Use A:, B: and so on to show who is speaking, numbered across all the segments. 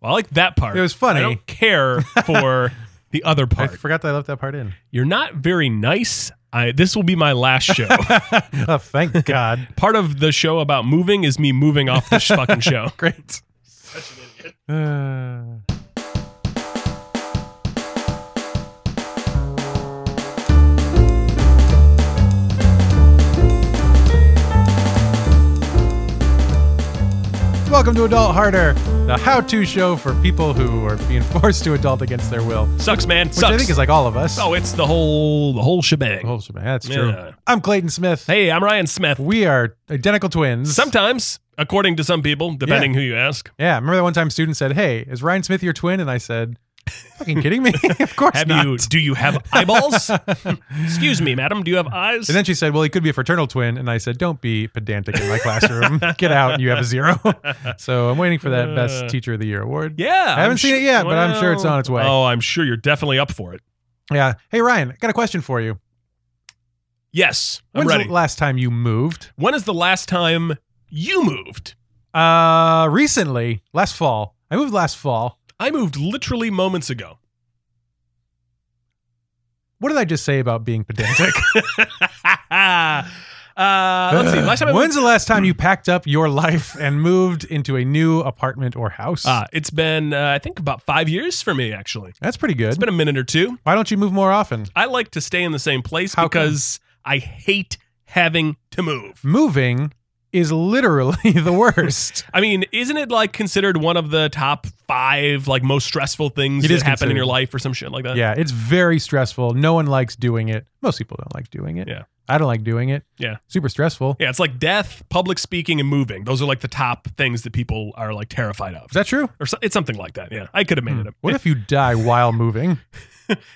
A: Well, I like that part.
B: It was funny.
A: I don't care for the other
B: I
A: part.
B: forgot that I left that part in.
A: You're not very nice. I, this will be my last show.
B: Oh, thank God.
A: part of the show about moving is me moving off this fucking show.
B: Great. Such an idiot. Welcome to Adult Harder, the how-to show for people who are being forced to adult against their will, which
A: Sucks, man. Sucks.
B: I think is like all of us.
A: oh, it's the whole the whole shebang.
B: Oh, shit, man, that's true.
A: Yeah.
B: I'm Clayton Smith.
A: Hey, I'm Ryan Smith.
B: We are identical twins.
A: Sometimes, according to some people, depending who you ask.
B: Yeah, remember that one time student said, "Hey, is Ryan Smith your twin?" And I said, "Fucking kidding me? of course
A: Have
B: not."
A: you? Do you have eyeballs? Excuse me, madam. Do you have eyes?
B: And then she said, "Well, he could be a fraternal twin." And I said, "Don't be pedantic in my classroom. Get out. You have a zero. so I'm waiting for that
A: Uh.
B: best teacher of the year award.
A: yeah,
B: I haven't seen it yet, but I'm sure it's
A: well-
B: on its way.
A: Oh, I'm sure you're definitely up for it.
B: Yeah. Hey, Ryan, I got a question for you.
A: Yes, I'm
B: When's
A: ready.
B: the last time you moved?
A: when is the last time you moved?
B: Uh, recently, last fall. I moved last fall.
A: I moved literally moments ago.
B: What did I just say about being pedantic?
A: uh, let's see. Last time I moved,
B: When's the last time you packed up your life and moved into a new apartment or house?
A: uh, it's been uh, I think about five years for me actually.
B: That's pretty good.
A: It's been a minute or two.
B: Why don't you move more often?
A: I like to stay in the same place
B: How come?
A: because I hate having to move.
B: Moving is literally the worst.
A: I mean, isn't it like considered one of the top five like most stressful things
B: It
A: that
B: is
A: happen in
B: considered.
A: your life or some shit like that?
B: yeah, it's very stressful. No one likes doing it. Most people don't like doing it.
A: Yeah.
B: I don't like doing it.
A: Yeah.
B: Super stressful.
A: Yeah, it's like death, public speaking, and moving. Those are like the top things that people are like terrified of.
B: Is that true? Hmm.
A: or so, it's something like that. Yeah, I could have made it up
B: What if you die while moving?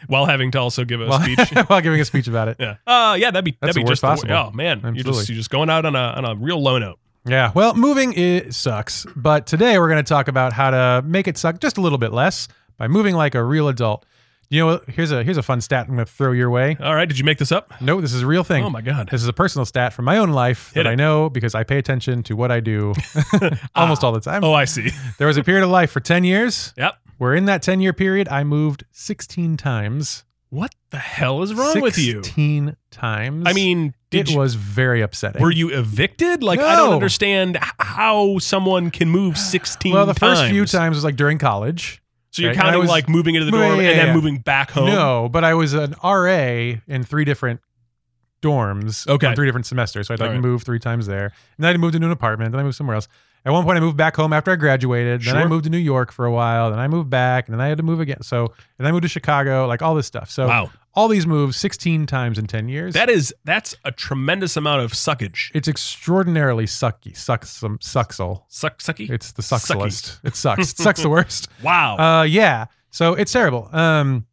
A: while having to also give a
B: While,
A: speech.
B: while giving a speech about it.
A: Yeah, uh, yeah, that'd be
B: That's
A: that'd be
B: the
A: just
B: worst
A: the wor-
B: possible.
A: oh man, you're
B: Absolutely.
A: just you're just going out on a on a real low note.
B: Yeah. Well, moving it sucks, but today we're going to talk about how to make it suck just a little bit less by moving like a real adult. You know, here's a here's a fun stat I'm going to throw your way.
A: All right, did you make this up?
B: No, this is a real thing.
A: Oh my god,
B: This is a personal stat from my own life
A: Hit
B: that
A: it.
B: I know because I pay attention to what I do almost all the time.
A: oh I see.
B: There was a period of life for 10 years
A: Yep.
B: where in that 10 year period I moved 16 times.
A: What the hell is wrong with you?
B: 16 times.
A: I mean, did
B: it
A: you,
B: was very upsetting.
A: were you evicted? Like I don't
B: No.
A: understand h- how someone can move sixteen.
B: well, the first few
A: times.
B: times was like during college.
A: So you're
B: Right, and I
A: counting
B: was-
A: like moving into the
B: Yeah,
A: dorm
B: yeah,
A: and then
B: yeah.
A: moving back home.
B: No, but I was an RA in three different dorms
A: Okay.
B: on three different semesters. So I'd like
A: All right.
B: move three times there. And then I moved into an apartment. Then I moved somewhere else. At one point, I moved back home after I graduated. Then I
A: Sure.
B: moved to New York for a while. Then I moved back. And then I had to move again. So, and I moved to Chicago, like all this stuff. So,
A: Wow,
B: all these moves 16 times in 10 years.
A: that is that's a tremendous amount of suckage.
B: it's extraordinarily sucky. Sucks some sucksel.
A: Suck sucky.
B: It's the
A: Sucky.
B: suckslist. It sucks. It sucks the worst.
A: wow.
B: Uh, yeah. So it's terrible. Um,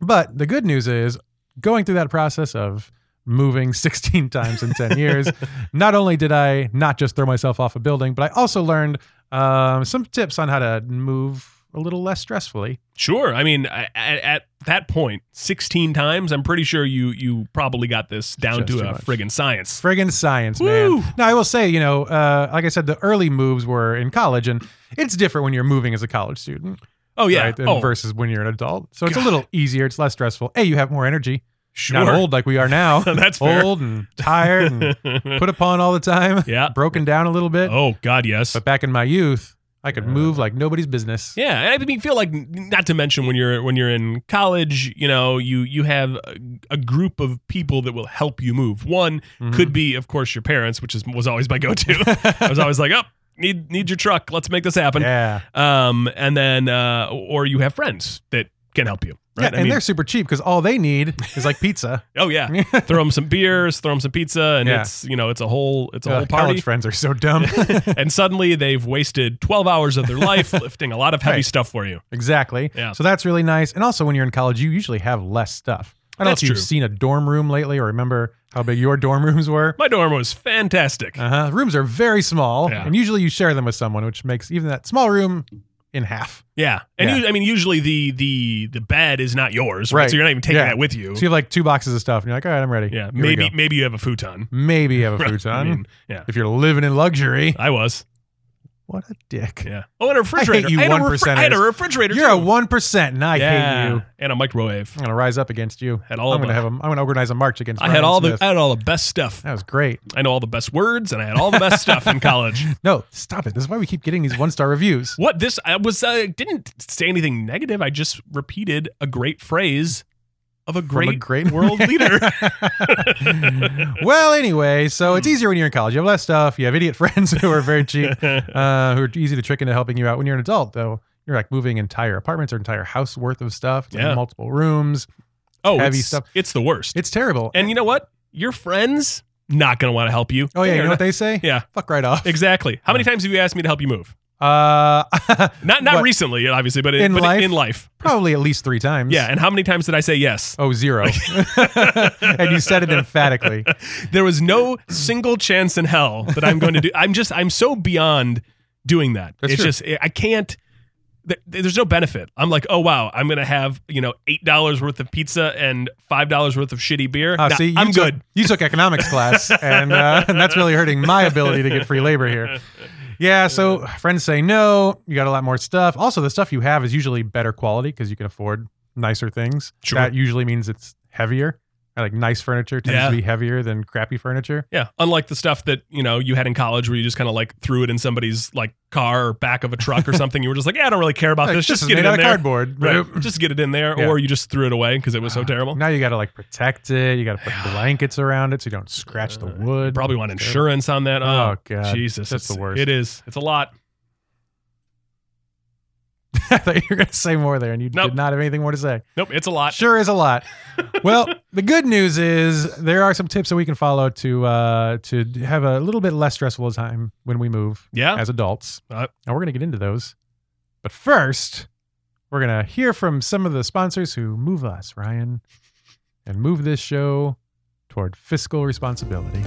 B: but the good news is going through that process of moving 16 times in 10 years, not only did I not just throw myself off a building, but I also learned um, some tips on how to move a little less stressfully.
A: Sure. I mean, at, at that point, 16 times, I'm pretty sure you you probably got this down
B: Just
A: to
B: too
A: a
B: much.
A: friggin' science.
B: Friggin' science,
A: Woo!
B: man. Now, I will say, you know, uh, like I said, the early moves were in college, and it's different when you're moving as a college student.
A: Oh, yeah.
B: right, and
A: oh,
B: versus when you're an adult. So it's
A: God.
B: a little easier. It's less stressful. Hey, you have more energy.
A: sure.
B: Not old like we are now.
A: That's fair.
B: old and tired and put upon all the time.
A: yeah.
B: Broken down a little bit.
A: Uh, Oh, God, yes.
B: But back in my youth, I could
A: Yeah.
B: move like nobody's business.
A: Yeah, and I mean, feel like not to mention when you're when you're in college, you know, you you have a, a group of people that will help you move. One
B: Mhm.
A: could be, of course, your parents, which is was always my go-to. I was always like, "Up, oh, need need your truck. Let's make this happen."
B: yeah.
A: Um, and then uh, or you have friends that can help you. Right?
B: Yeah,
A: I
B: and they're super cheap because all they need is like pizza.
A: Oh yeah, throw them some beers, throw them some pizza, and
B: Yeah.
A: it's you know it's a whole it's a
B: Ugh,
A: whole party.
B: College friends are so dumb.
A: and suddenly they've wasted twelve hours of their life lifting a lot of heavy
B: Right.
A: stuff for you.
B: exactly.
A: Yeah.
B: So that's really nice. And also, when you're in college, you usually have less stuff. I don't
A: That's
B: know if you've
A: true.
B: seen a dorm room lately or remember how big your dorm rooms were.
A: My dorm was fantastic.
B: Uh-huh. Rooms are very small,
A: Yeah.
B: and usually you share them with someone, which makes even that small room in half.
A: yeah, and
B: yeah.
A: You, I mean usually the the the bed is not yours,
B: Right.
A: So you're not even taking
B: Yeah.
A: that with you.
B: So you have like two boxes of stuff, and you're like, all right, I'm ready.
A: yeah,
B: Here we
A: maybe
B: go."
A: maybe you have a futon.
B: maybe you have a
A: Right, I uh,
B: futon
A: mean, yeah.
B: if you're living in luxury.
A: I was.
B: What a dick.
A: Yeah. Oh, and a refrigerator.
B: you
A: and, a
B: 1%ers.
A: and a refrigerator.
B: You're a
A: too.
B: one percent, and I
A: yeah.
B: hate you.
A: And a microwave.
B: I'm gonna rise up against you.
A: Had all
B: I'm
A: of
B: gonna
A: them.
B: have. A, I'm gonna organize a march against.
A: I had
B: Brian
A: all
B: Smith.
A: the I had all the best stuff.
B: That was great.
A: I know all the best words, and I had all the best stuff in college.
B: No, stop it. This is why we keep getting these one star reviews.
A: What this I was uh, didn't say anything negative. I just repeated a great phrase of a
B: From
A: great,
B: a great
A: world leader.
B: well, anyway, so
A: Hmm.
B: it's easier when you're in college. You have less stuff. You have idiot friends who are very cheap, uh, who are easy to trick into helping you out. When you're an adult, though, you're like moving entire apartments or entire house worth of stuff, It's like
A: Yeah.
B: multiple rooms.
A: oh,
B: Heavy
A: it's,
B: stuff.
A: It's the worst.
B: It's terrible.
A: and you know what? Your friends not going to want to help you.
B: oh yeah,
A: They
B: you
A: are
B: know what
A: not-
B: they say?
A: Yeah.
B: Fuck right off.
A: exactly. How many times have you asked me to help you move?
B: Uh,
A: Not not
B: What?
A: recently, obviously, but in,
B: In
A: but
B: life?
A: in life.
B: probably at least three times.
A: Yeah. And how many times did I say yes?
B: Oh, zero. and you said it emphatically.
A: There was no single chance in hell that I'm going to do. I'm just I'm so beyond doing that.
B: That's
A: it's
B: true.
A: just I can't. there- There's no benefit. I'm like, oh wow, I'm gonna have you know eight dollars worth of pizza and five dollars worth of shitty beer.
B: Ah,
A: Nah,
B: see, you
A: I'm
B: took-
A: good.
B: You took economics class, and, uh, and that's really hurting my ability to get free labor here. Yeah, so friends say no. You got a lot more stuff. Also, the stuff you have is usually better quality because you can afford nicer things.
A: Sure.
B: That usually means it's heavier. Like nice furniture tends
A: Yeah.
B: to be heavier than crappy furniture.
A: Yeah, unlike the stuff that you know you had in college where you just kind of like threw it in somebody's like car or back of a truck or something. You were just like, yeah, I don't really care about
B: Like,
A: this. Oh, Just
B: is
A: get
B: made
A: it
B: out
A: in
B: of
A: there.
B: cardboard.
A: Right. Just get it in there,
B: Yeah.
A: or you just threw it away because it was so
B: Ah,
A: terrible.
B: Now you got to like protect it. You got to put blankets around it so you don't scratch the
A: Uh,
B: wood.
A: Probably want insurance on that. Oh,
B: Oh, God.
A: Jesus,
B: That's
A: it's-
B: the worst.
A: It is. It's a lot.
B: I thought you were going to say more there, and you
A: Nope.
B: did not have anything more to say.
A: Nope, it's a lot.
B: Sure is a lot. well, the good news is there are some tips that we can follow to uh, to have a little bit less stressful time when we move
A: Yeah.
B: as adults.
A: Uh,
B: and we're going to get into those. But first, we're going to hear from some of the sponsors who move us, Ryan, and move this show toward fiscal responsibility.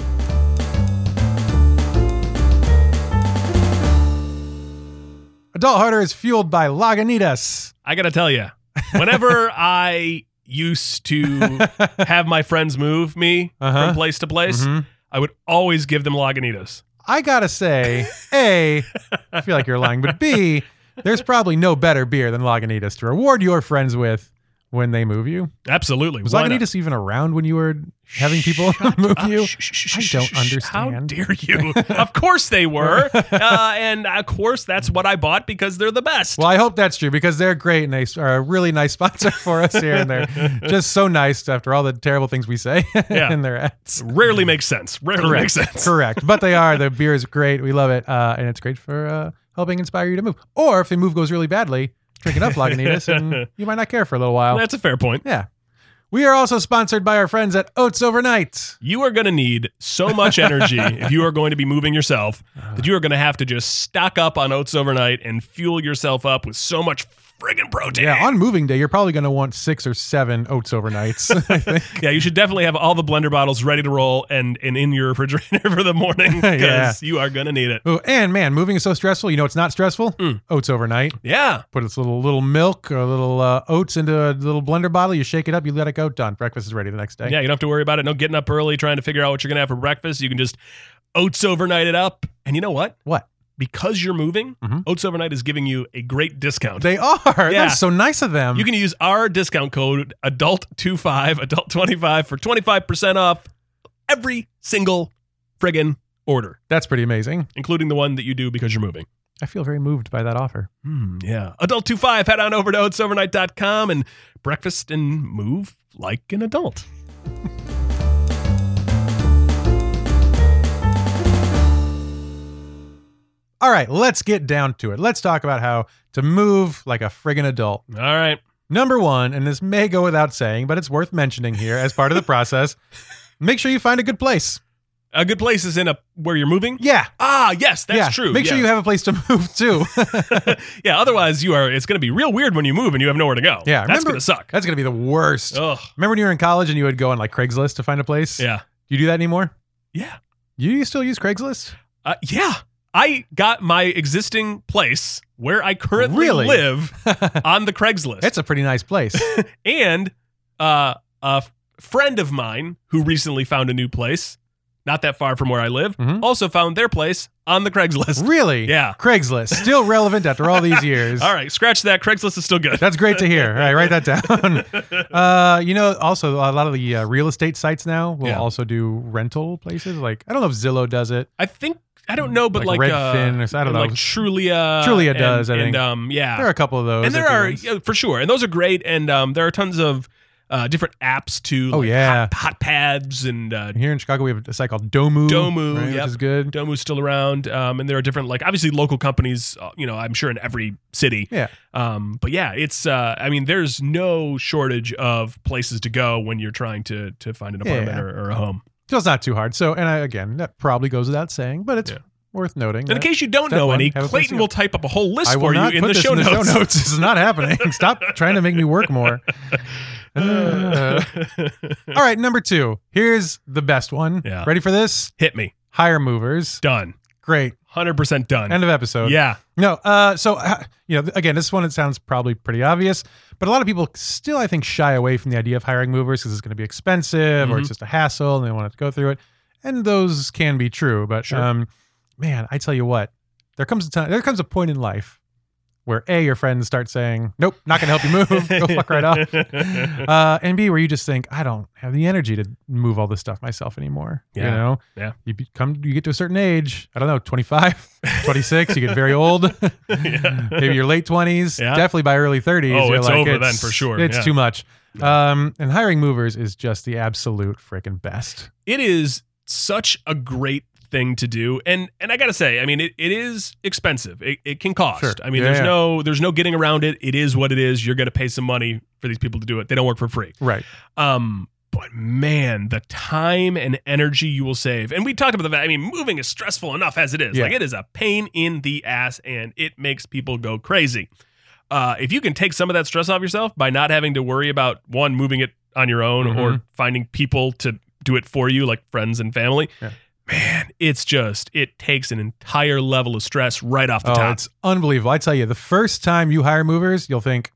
B: Adult Harder is fueled by Lagunitas.
A: I gotta tell you, whenever I used to have my friends move me
B: Uh-huh.
A: from place to place,
B: Mhm.
A: I would always give them Lagunitas.
B: I gotta say, A, I feel like you're lying, but B, there's probably no better beer than Lagunitas to reward your friends with when they move you.
A: Absolutely.
B: Was
A: Why not?
B: Lagunitas even around when you were having people move
A: Ah,
B: you?
A: shh, shh, shh,
B: I
A: shh,
B: don't
A: shh, shh. How
B: understand.
A: dare you? of course they were, uh, and of course that's what I bought because they're the best.
B: Well, I hope that's true because they're great and they are a really nice sponsor for us here, and they're just so nice after all the terrible things we say
A: Yeah.
B: in their ads.
A: Rarely makes sense. Rarely makes sense.
B: mm. Correct. But they are. The beer is great. We love it. Uh, and it's great for uh, helping inspire you to move. Or if the move goes really badly, drink enough Lagunitas and you might not care for a little while.
A: That's a fair point.
B: Yeah. We are also sponsored by our friends at Oats Overnight.
A: You are going to need so much energy if you are going to be moving yourself that you are going to have to just stock up on oats overnight and fuel yourself up with so much friggin' protein.
B: Yeah, on moving day, you're probably going to want six or seven Oats Overnights. I think.
A: Yeah, you should definitely have all the blender bottles ready to roll and, and in your refrigerator for the morning because
B: Yeah.
A: you are going to need it.
B: Oh, and man, moving is so stressful. You know, it's not stressful.
A: Mm.
B: Oats Overnight.
A: Yeah.
B: Put this little little milk or a little uh, oats into a little blender bottle. You shake it up. You let it go. Done. Breakfast is ready the next day.
A: Yeah, you don't have to worry about it. No getting up early, trying to figure out what you're going to have for breakfast. You can just oats overnight it up. And you know what?
B: What?
A: Because you're moving,
B: Mhm.
A: oats overnight is giving you a great discount.
B: They are.
A: Yeah.
B: That's so nice of them.
A: You can use our discount code adult25, adult25 for 25% off every single friggin' order,
B: That's pretty amazing.
A: including the one that you do because you're moving.
B: I feel very moved by that offer.
A: Hmm, yeah. Adult25, head on over to oatsovernight.com and breakfast and move like an adult.
B: All right, let's get down to it. Let's talk about how to move like a friggin' adult.
A: All right.
B: Number one, and this may go without saying, but it's worth mentioning here as part of the process. Make sure you find a good place.
A: A good place is in a where you're moving.
B: Yeah.
A: Ah, yes, that's
B: yeah.
A: true.
B: Make sure you have a place to move to.
A: have. yeah, otherwise you are. It's going to be real weird when you move and you have nowhere to go.
B: Yeah,
A: that's
B: remember-
A: going to suck.
B: That's gonna be the worst.
A: Ugh.
B: Remember when you were in college and you would go on like Craigslist to find a place?
A: Yeah.
B: Do you do that anymore?
A: Yeah.
B: You still use Craigslist?
A: Uh, yeah, I got my existing place where I currently
B: Really?
A: live on the Craigslist,
B: It's a pretty nice place.
A: and uh, a f- friend of mine who recently found a new place not that far from where I live,
B: Mhm.
A: also found their place on the Craigslist.
B: Really?
A: Yeah.
B: Craigslist, still relevant after all these years.
A: All right, scratch that. Craigslist is still good.
B: That's great to hear. All right, write that down. Uh, you know, also a lot of the uh, real estate sites now will
A: Yeah.
B: also do rental places. Like I don't know if Zillow does it.
A: I think I don't know, but like,
B: Like Redfin
A: uh,
B: or so- I don't
A: and,
B: know.
A: like Trulia,
B: Trulia
A: and-
B: does, I think.
A: and um, yeah,
B: There are a couple of those.
A: and there
B: that do
A: are
B: this.
A: yeah, for sure, and those are great, and um, there are tons of uh, different apps to
B: Oh,
A: like,
B: yeah.
A: hot, hot pads and uh,
B: here in Chicago. We have a site called Domu.
A: Domu,
B: right,
A: yep.
B: which is good.
A: Domu's still around, um, and there are different like obviously local companies, uh, you know, I'm sure in every city.
B: Yeah.
A: Um, but yeah, it's uh, I mean, there's no shortage of places to go when you're trying to to find an apartment
B: Yeah.
A: or, or a home.
B: So it's not too hard. So, and I, again, that probably goes without saying, but it's
A: Yeah.
B: worth noting.
A: And in
B: that
A: case you don't
B: Step
A: know
B: one,
A: any,
B: have a place to
A: Clayton
B: go.
A: will type up a whole list
B: I will
A: for you
B: not
A: in
B: put
A: the,
B: this
A: show
B: in the
A: notes.
B: show notes. This is not happening. Stop trying to make me work more. Uh, all right, number two. Here's the best one.
A: Yeah.
B: Ready for this?
A: Hit me.
B: Hire movers.
A: Done.
B: Great.
A: 100% done.
B: End of episode.
A: yeah.
B: No. Uh, so uh, you know, again, this one it sounds probably pretty obvious, but a lot of people still, I think, shy away from the idea of hiring movers because it's going to be expensive or
A: Mhm.
B: it's just a hassle, and they want to go through it. And those can be true, but
A: Sure.
B: um, man, I tell you what, there comes a time, there comes a point in life where a your friends start saying, "Nope, not going to help you move. go fuck right off." Uh, and B, where you just think, I don't have the energy to move all this stuff myself anymore. You
A: Yeah.
B: know?
A: Yeah.
B: You become, you get to a certain age, I don't know, 25, 26, you get very old.
A: Yeah.
B: Maybe your late 20s,
A: Yeah.
B: definitely by early 30s.
A: Oh,
B: you're
A: it's
B: like,
A: over then
B: it's,
A: for sure.
B: It's
A: Yeah.
B: too much. Um, and hiring movers is just the absolute freaking best.
A: It is such a great thing to do. And and I got to say, I mean, it, it is expensive. It, it can cost.
B: Sure.
A: I mean,
B: Yeah,
A: there's
B: yeah.
A: no there's no getting around it. It is what it is. You're going to pay some money for these people to do it. They don't work for free.
B: Right.
A: Um, but man, the time and energy you will save. And we talked about the fact, I mean, moving is stressful enough as it is.
B: Yeah.
A: Like it is a pain in the ass and it makes people go crazy. Uh, if you can take some of that stress off yourself by not having to worry about one, moving it on your own or
B: Mm-hmm.
A: finding people to do it for you, like friends and family,
B: Yeah.
A: man, it's just, it takes an entire level of stress right off the
B: Oh,
A: top.
B: it's unbelievable. I tell you, the first time you hire movers, you'll think,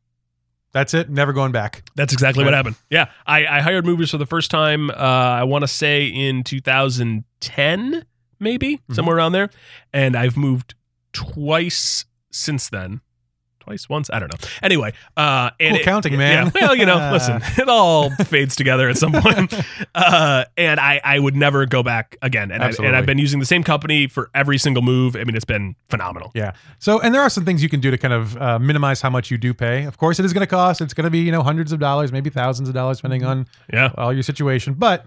B: that's it, never going back.
A: That's exactly what
B: Yeah.
A: happened. Yeah, I, I hired movers for the first time. Uh, I want to say in 2010, maybe
B: Mm-hmm.
A: somewhere around there, and I've moved twice since then. Twice, once, I don't know. Anyway, uh, and
B: Cool
A: it-
B: counting, man.
A: Yeah, well, you know, listen, it all fades together at some point. Uh, and I, I would never go back again. And, I, and
B: Absolutely.
A: I've been using the same company for every single move. I mean, it's been phenomenal.
B: So, and there are some things you can do to kind of uh, minimize how much you do pay. Of course, it is going to cost. It's going to be you know hundreds of dollars, maybe thousands of dollars, depending on
A: Yeah.
B: all your situation. But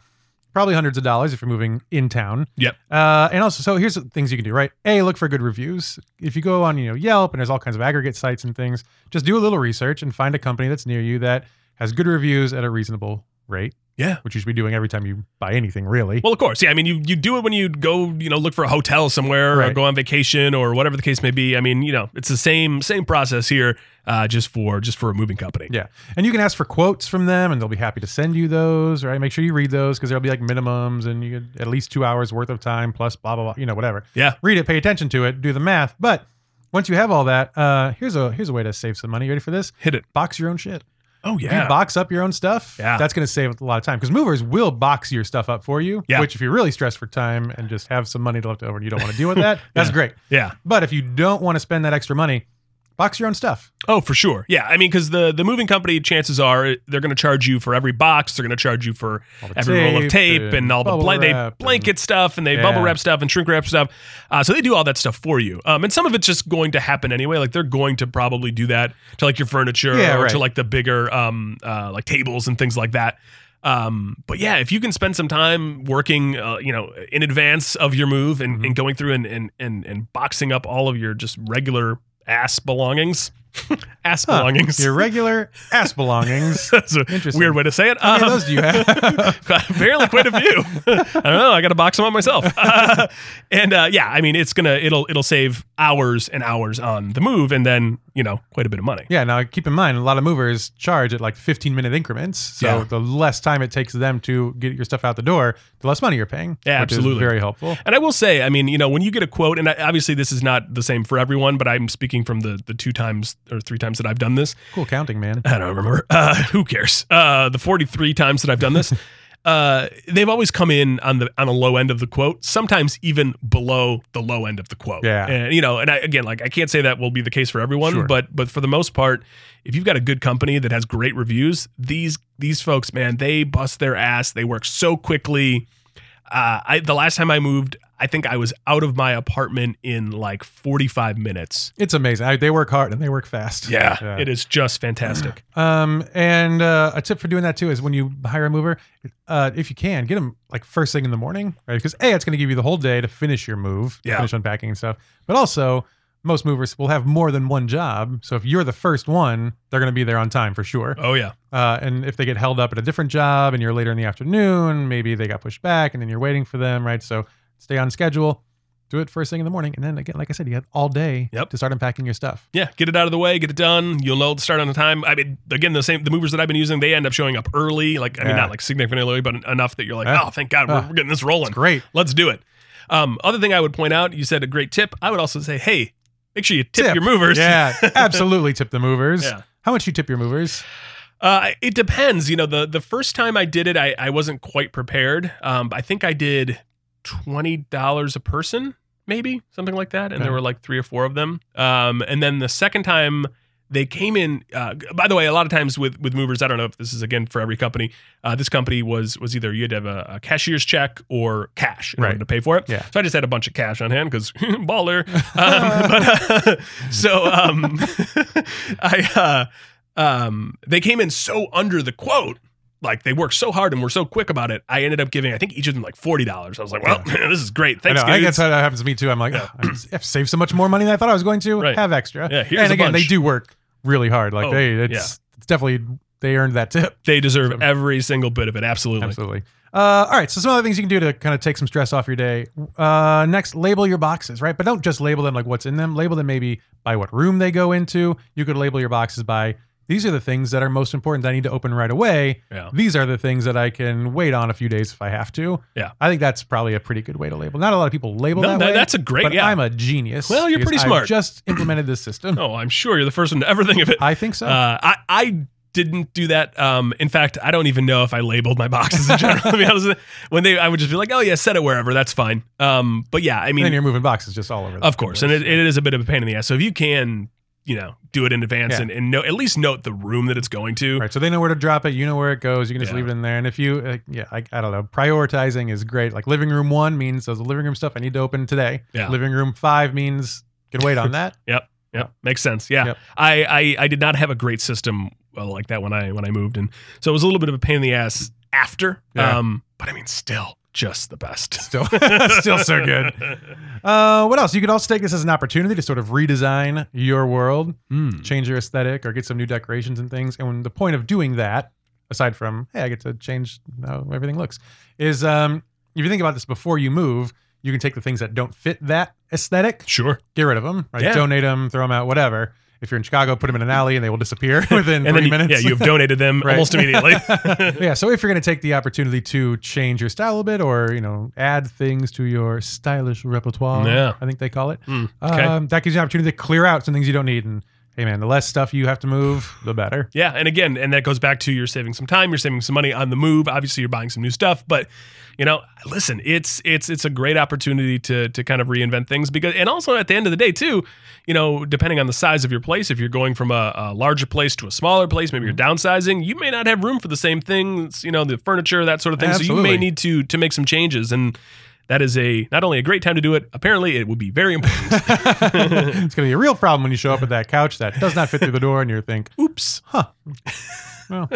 B: probably hundreds of dollars if you're moving in town.
A: Yep.
B: Uh, and also, so here's the things you can do. Right, a look for good reviews. If you go on you know Yelp and there's all kinds of aggregate sites and things, just do a little research and find a company that's near you that has good reviews at a reasonable rate.
A: Yeah.
B: which you should be doing every time you buy anything, really.
A: Well, of course. Yeah. I mean, you, you do it when you go, you know, look for a hotel somewhere or
B: Right.
A: go on vacation or whatever the case may be. I mean, you know, it's the same same process here, uh, just for just for a moving company.
B: Yeah. And you can ask for quotes from them and they'll be happy to send you those, right? Make sure you read those because there'll be like minimums and you get at least two hours worth of time plus blah, blah, blah, you know, whatever.
A: Yeah.
B: Read it, pay attention to it, do the math. But once you have all that, uh, here's a here's a way to save some money. You ready for this?
A: Hit it.
B: Box your own shit.
A: Oh
B: If you box up your own stuff,
A: Yeah.
B: that's going to save a lot of time because movers will box your stuff up for you,
A: Yeah.
B: which if you're really stressed for time and just have some money left over and you don't want to deal with that, that's great.
A: yeah.
B: But if you don't want to spend that extra money, box your own stuff.
A: Oh, for sure. Yeah. I mean, because the the moving company, chances are they're going to charge you for every box. They're going to charge you for
B: All the
A: every roll of tape and, all the
B: bubble
A: blan- they
B: wrap and-
A: blanket stuff and they
B: Yeah.
A: bubble wrap stuff and shrink wrap stuff. Uh, so they do all that stuff for you. Um, and some of it's just going to happen anyway. Like they're going to probably do that to like your furniture
B: Yeah,
A: or
B: right.
A: to like the bigger um, uh, like tables and things like that. Um, but yeah, if you can spend some time working, uh, you know, in advance of your move and,
B: Mhm.
A: and going through and, and and and boxing up all of your just regular ass belongings, ass
B: Huh.
A: belongings.
B: Your regular ass belongings.
A: That's a
B: Interesting.
A: weird way to say it.
B: How many
A: Um,
B: of those do you have?
A: apparently quite a few. I don't know. I got to box them up myself. Uh, and uh, yeah, I mean, it's gonna it'll it'll save hours and hours on the move, and then you know quite a bit of money.
B: yeah. Now keep in mind, a lot of movers charge at like 15 minute increments. So
A: Yeah.
B: the less time it takes them to get your stuff out the door, the less money you're paying.
A: Yeah,
B: which is
A: absolutely.
B: very helpful.
A: And I will say, I mean, you know, when you get a quote, and I, obviously this is not the same for everyone, but I'm speaking from the the two times or three times that I've done this.
B: Cool counting, man.
A: I don't remember. Uh, who cares? Uh, the 43 times that I've done this. uh, they've always come in on the on a low end of the quote, sometimes even below the low end of the quote.
B: Yeah.
A: and you know, and I, again, like I can't say that will be the case for everyone,
B: Sure.
A: but but for the most part, if you've got a good company that has great reviews, these these folks, man, they bust their ass. They work so quickly. Uh, I the last time I moved, I think I was out of my apartment in like forty five minutes.
B: It's amazing. I, they work hard and they work fast. Yeah.
A: it is just fantastic.
B: Um, and uh, a tip for doing that too is when you hire a mover, uh, if you can, get them like first thing in the morning, right? Because a, it's going to give you the whole day to finish your move,
A: Yeah.
B: finish unpacking and stuff. But also, most movers will have more than one job, so if you're the first one, they're going to be there on time for sure.
A: Oh yeah,
B: Uh, and if they get held up at a different job and you're later in the afternoon, maybe they got pushed back and then you're waiting for them, right? So stay on schedule, do it first thing in the morning, and then again, like I said, you have all day
A: Yep.
B: to start unpacking your stuff.
A: yeah. Get it out of the way, get it done. You'll know the start on the time. I mean, again, the same the movers that I've been using, they end up showing up early. Like I mean,
B: Yeah.
A: not like significantly early, but enough that you're like,
B: Yeah.
A: oh, thank God, we're,
B: Ah.
A: we're getting this rolling.
B: Great.
A: Let's do it. Um, other thing I would point out, you said a great tip. I would also say, hey, make sure you tip,
B: Tip.
A: your movers.
B: Yeah, absolutely tip the movers.
A: Yeah.
B: How much you tip your movers?
A: Uh, it depends. You know, the the first time I did it, I, I wasn't quite prepared. Um, I think I did twenty dollars a person, maybe something like that, and
B: Okay.
A: there were like three or four of them. Um, and then the second time they came in. Uh, by the way, a lot of times with with movers, I don't know if this is again for every company. Uh, this company was was either you had to have a, a cashier's check or cash in order
B: Right.
A: to pay for it.
B: Yeah.
A: So I just had a bunch of cash on hand because baller. Um, but uh, so um, I. Uh, um, they came in so under the quote. Like they worked so hard and were so quick about it. I ended up giving, I think each of them like forty dollars. I was like, well, this is great.
B: I
A: Thanks,
B: know. I guess
A: dudes.
B: that happens to me too. I'm like,
A: Yeah.
B: "Ugh, I saved so much more money than I thought I was going to.
A: Right.
B: Have extra.
A: Yeah, here's
B: and
A: a
B: again,
A: bunch.
B: they do work really hard. Like
A: Oh,
B: they, it's, it's definitely they earned that tip.
A: They deserve every single bit of it. Absolutely.
B: Absolutely. Uh, all right. So some other things you can do to kind of take some stress off your day. Uh, next, label your boxes, right? But don't just label them like what's in them. Label them maybe by what room they go into. You could label your boxes by these are the things that are most important that I need to open right away.
A: Yeah.
B: These are the things that I can wait on a few days if I have to.
A: Yeah.
B: I think that's probably a pretty good way to label. Not a lot of people label
A: No,
B: that,
A: that-
B: way.
A: that's a great-
B: But
A: yeah.
B: I'm a genius.
A: Well, you're
B: because
A: pretty
B: I've
A: smart.
B: just implemented this system.
A: Oh, I'm sure you're the first one to ever think of it.
B: I think so.
A: Uh, I, I didn't do that. Um, in fact, I don't even know if I labeled my boxes in general. to be honest with you. When they, I would just be like, oh yeah, set it wherever. That's fine. Um, but yeah, I
B: and then
A: mean,
B: you're moving boxes just all over. the
A: of course, and
B: place.
A: it, it is a bit of a pain in the ass. So if you can, you know, do it in advance
B: Yeah.
A: and, and know, at least note the room that it's going to.
B: Right. So they know where to drop it. You know where it goes. You can just
A: Yeah.
B: leave it in there. And if you, uh, yeah, I, I don't know. Prioritizing is great. Like living room one means those living room stuff I need to open today.
A: Yeah.
B: Living room five means can wait on that.
A: Yeah, makes sense. Yeah,
B: Yep.
A: I, I I did not have a great system uh, like that when I when I moved, and so it was a little bit of a pain in the ass after.
B: Yeah.
A: Um, but I mean, still just the best.
B: Still, still so good. Uh, what else? You could also take this as an opportunity to sort of redesign your world,
A: Mm.
B: change your aesthetic, or get some new decorations and things. And when the point of doing that, aside from hey, I get to change how everything looks, is um, if you think about this before you move, you can take the things that don't fit that aesthetic
A: Sure.
B: get rid of them, right?
A: Yeah.
B: Donate them, throw them out, whatever. If you're in Chicago, put them in an alley and they will disappear within
A: And
B: three
A: then you-
B: minutes.
A: yeah, you've donated them
B: Right.
A: almost immediately.
B: yeah. So if you're going to take the opportunity to change your style a little bit, or you know, add things to your stylish repertoire,
A: Yeah.
B: I think they call it.
A: Mm, okay.
B: Um, that gives you an opportunity to clear out some things you don't need. And hey, man, the less stuff you have to move, the better.
A: Yeah, and again, and that goes back to you're saving some time, you're saving some money on the move. Obviously, you're buying some new stuff, but you know, listen, it's it's it's a great opportunity to to kind of reinvent things because, and also at the end of the day too, you know, depending on the size of your place, if you're going from a, a larger place to a smaller place, maybe you're
B: Mm-hmm.
A: downsizing, you may not have room for the same things, you know, the furniture, that sort of thing. So you may
B: Absolutely.
A: need to to make some changes, and that is a not only a great time to do it, apparently it will be very important.
B: it's going to be a real problem when you show up at that couch that does not fit through the door, and you think,
A: Oops.
B: Well.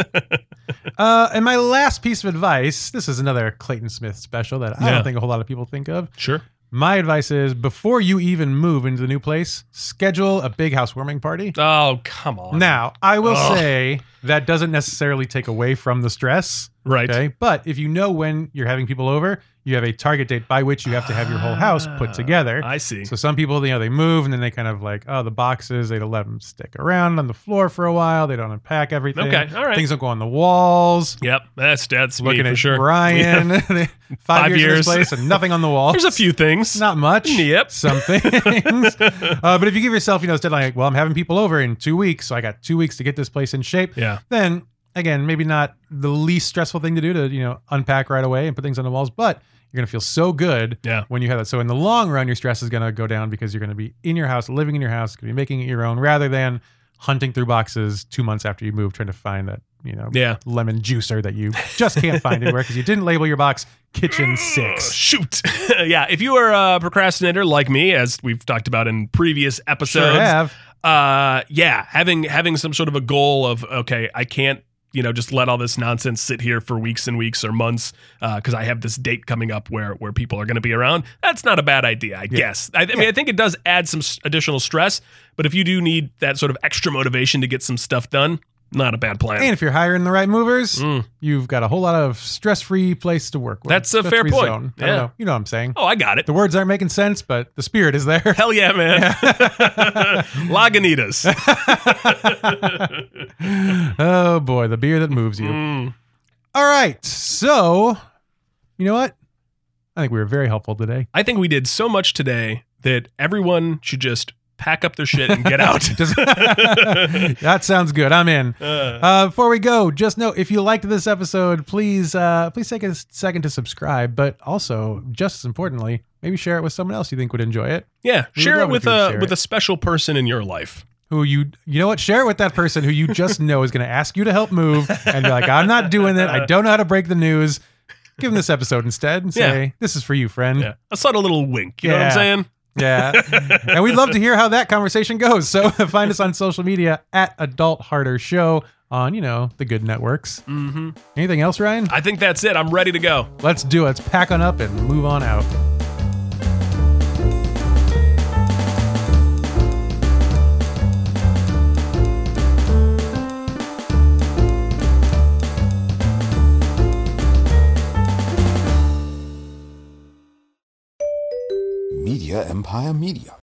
B: uh, and my last piece of advice this is another Clayton Smith special that I
A: Yeah.
B: don't think a whole lot of people think of.
A: Sure.
B: My advice is before you even move into the new place, schedule a big housewarming party.
A: Oh, come on.
B: Now, I will
A: Ugh.
B: say that doesn't necessarily take away from the stress.
A: Right.
B: Okay. But if you know when you're having people over, you have a target date by which you have to have your whole house put
A: Ah,
B: together.
A: I see.
B: So some people, you know, they move and then they kind of like, oh, the boxes, they don't let them stick around on the floor for a while. They don't unpack everything.
A: Okay, all right.
B: Things don't go on the walls.
A: Yep, that's that's me
B: Looking
A: for
B: at
A: sure.
B: Brian, five,
A: Five
B: years, in
A: years.
B: this place and nothing on the wall.
A: There's a few things.
B: Not much.
A: Yep.
B: Some things. uh, but if you give yourself, you know, this deadline, like, well, I'm having people over in two weeks, so I got two weeks to get this place in shape.
A: yeah,
B: Then again, maybe not the least stressful thing to do to, you know, unpack right away and put things on the walls, but you're going to feel so good
A: Yeah.
B: when you have that. So in the long run, your stress is going to go down because you're going to be in your house, living in your house, going to be making it your own rather than hunting through boxes two months after you move, trying to find that, you know,
A: Yeah.
B: lemon juicer that you just can't find anywhere because you didn't label your box kitchen
A: Ugh,
B: six.
A: Oh, Shoot. yeah. If you are a procrastinator like me, as we've talked about in previous
B: Sure
A: episodes,
B: have.
A: uh yeah having having some sort of a goal of okay i can't you know just let all this nonsense sit here for weeks and weeks or months because i have this date coming up where where people are going to be around that's not a bad idea i guess I, I mean i think it does add some s- additional stress but if you do need that sort of extra motivation to get some stuff done not a bad plan
B: And if you're hiring the right movers,
A: Mm.
B: you've got a whole lot of stress-free place to work. With.
A: That's a fair
B: Stress-free
A: point.
B: zone. I
A: Yeah.
B: don't know. You know what I'm saying.
A: oh i got it
B: The words aren't making sense, but the spirit is there.
A: hell yeah man lagunitas
B: oh boy, the beer that moves you.
A: Mm.
B: All right, so you know what? I think we were very helpful today.
A: i think we did so much today that everyone should just pack up their shit and get out
B: Just- that sounds good. I'm in.
A: Uh,
B: Uh, before we go, just know if you liked this episode, please uh, please take a second to subscribe. But also, just as importantly, maybe share it with someone else you think would enjoy it.
A: Yeah,
B: We would
A: share it
B: love it
A: with
B: if you'd
A: a
B: share
A: with
B: it.
A: a special person in your life.
B: Who you you know what? Share it with that person who you just know is going to ask you to help move and be like, "I'm not doing it. I don't know how to break the news." Give them this episode instead and say, "This is for you, friend."
A: Yeah, a subtle little wink. You know what I'm
B: Mm. Yeah.
A: saying?
B: Yeah. and we'd love to hear how that conversation goes. So find us on social media at Adult Harder Show on, you know, the good networks.
A: Mm-hmm.
B: Anything else, Ryan?
A: I think that's it. I'm ready to go.
B: Let's do it. Let's pack on up and move on out.
C: Media Empire Media.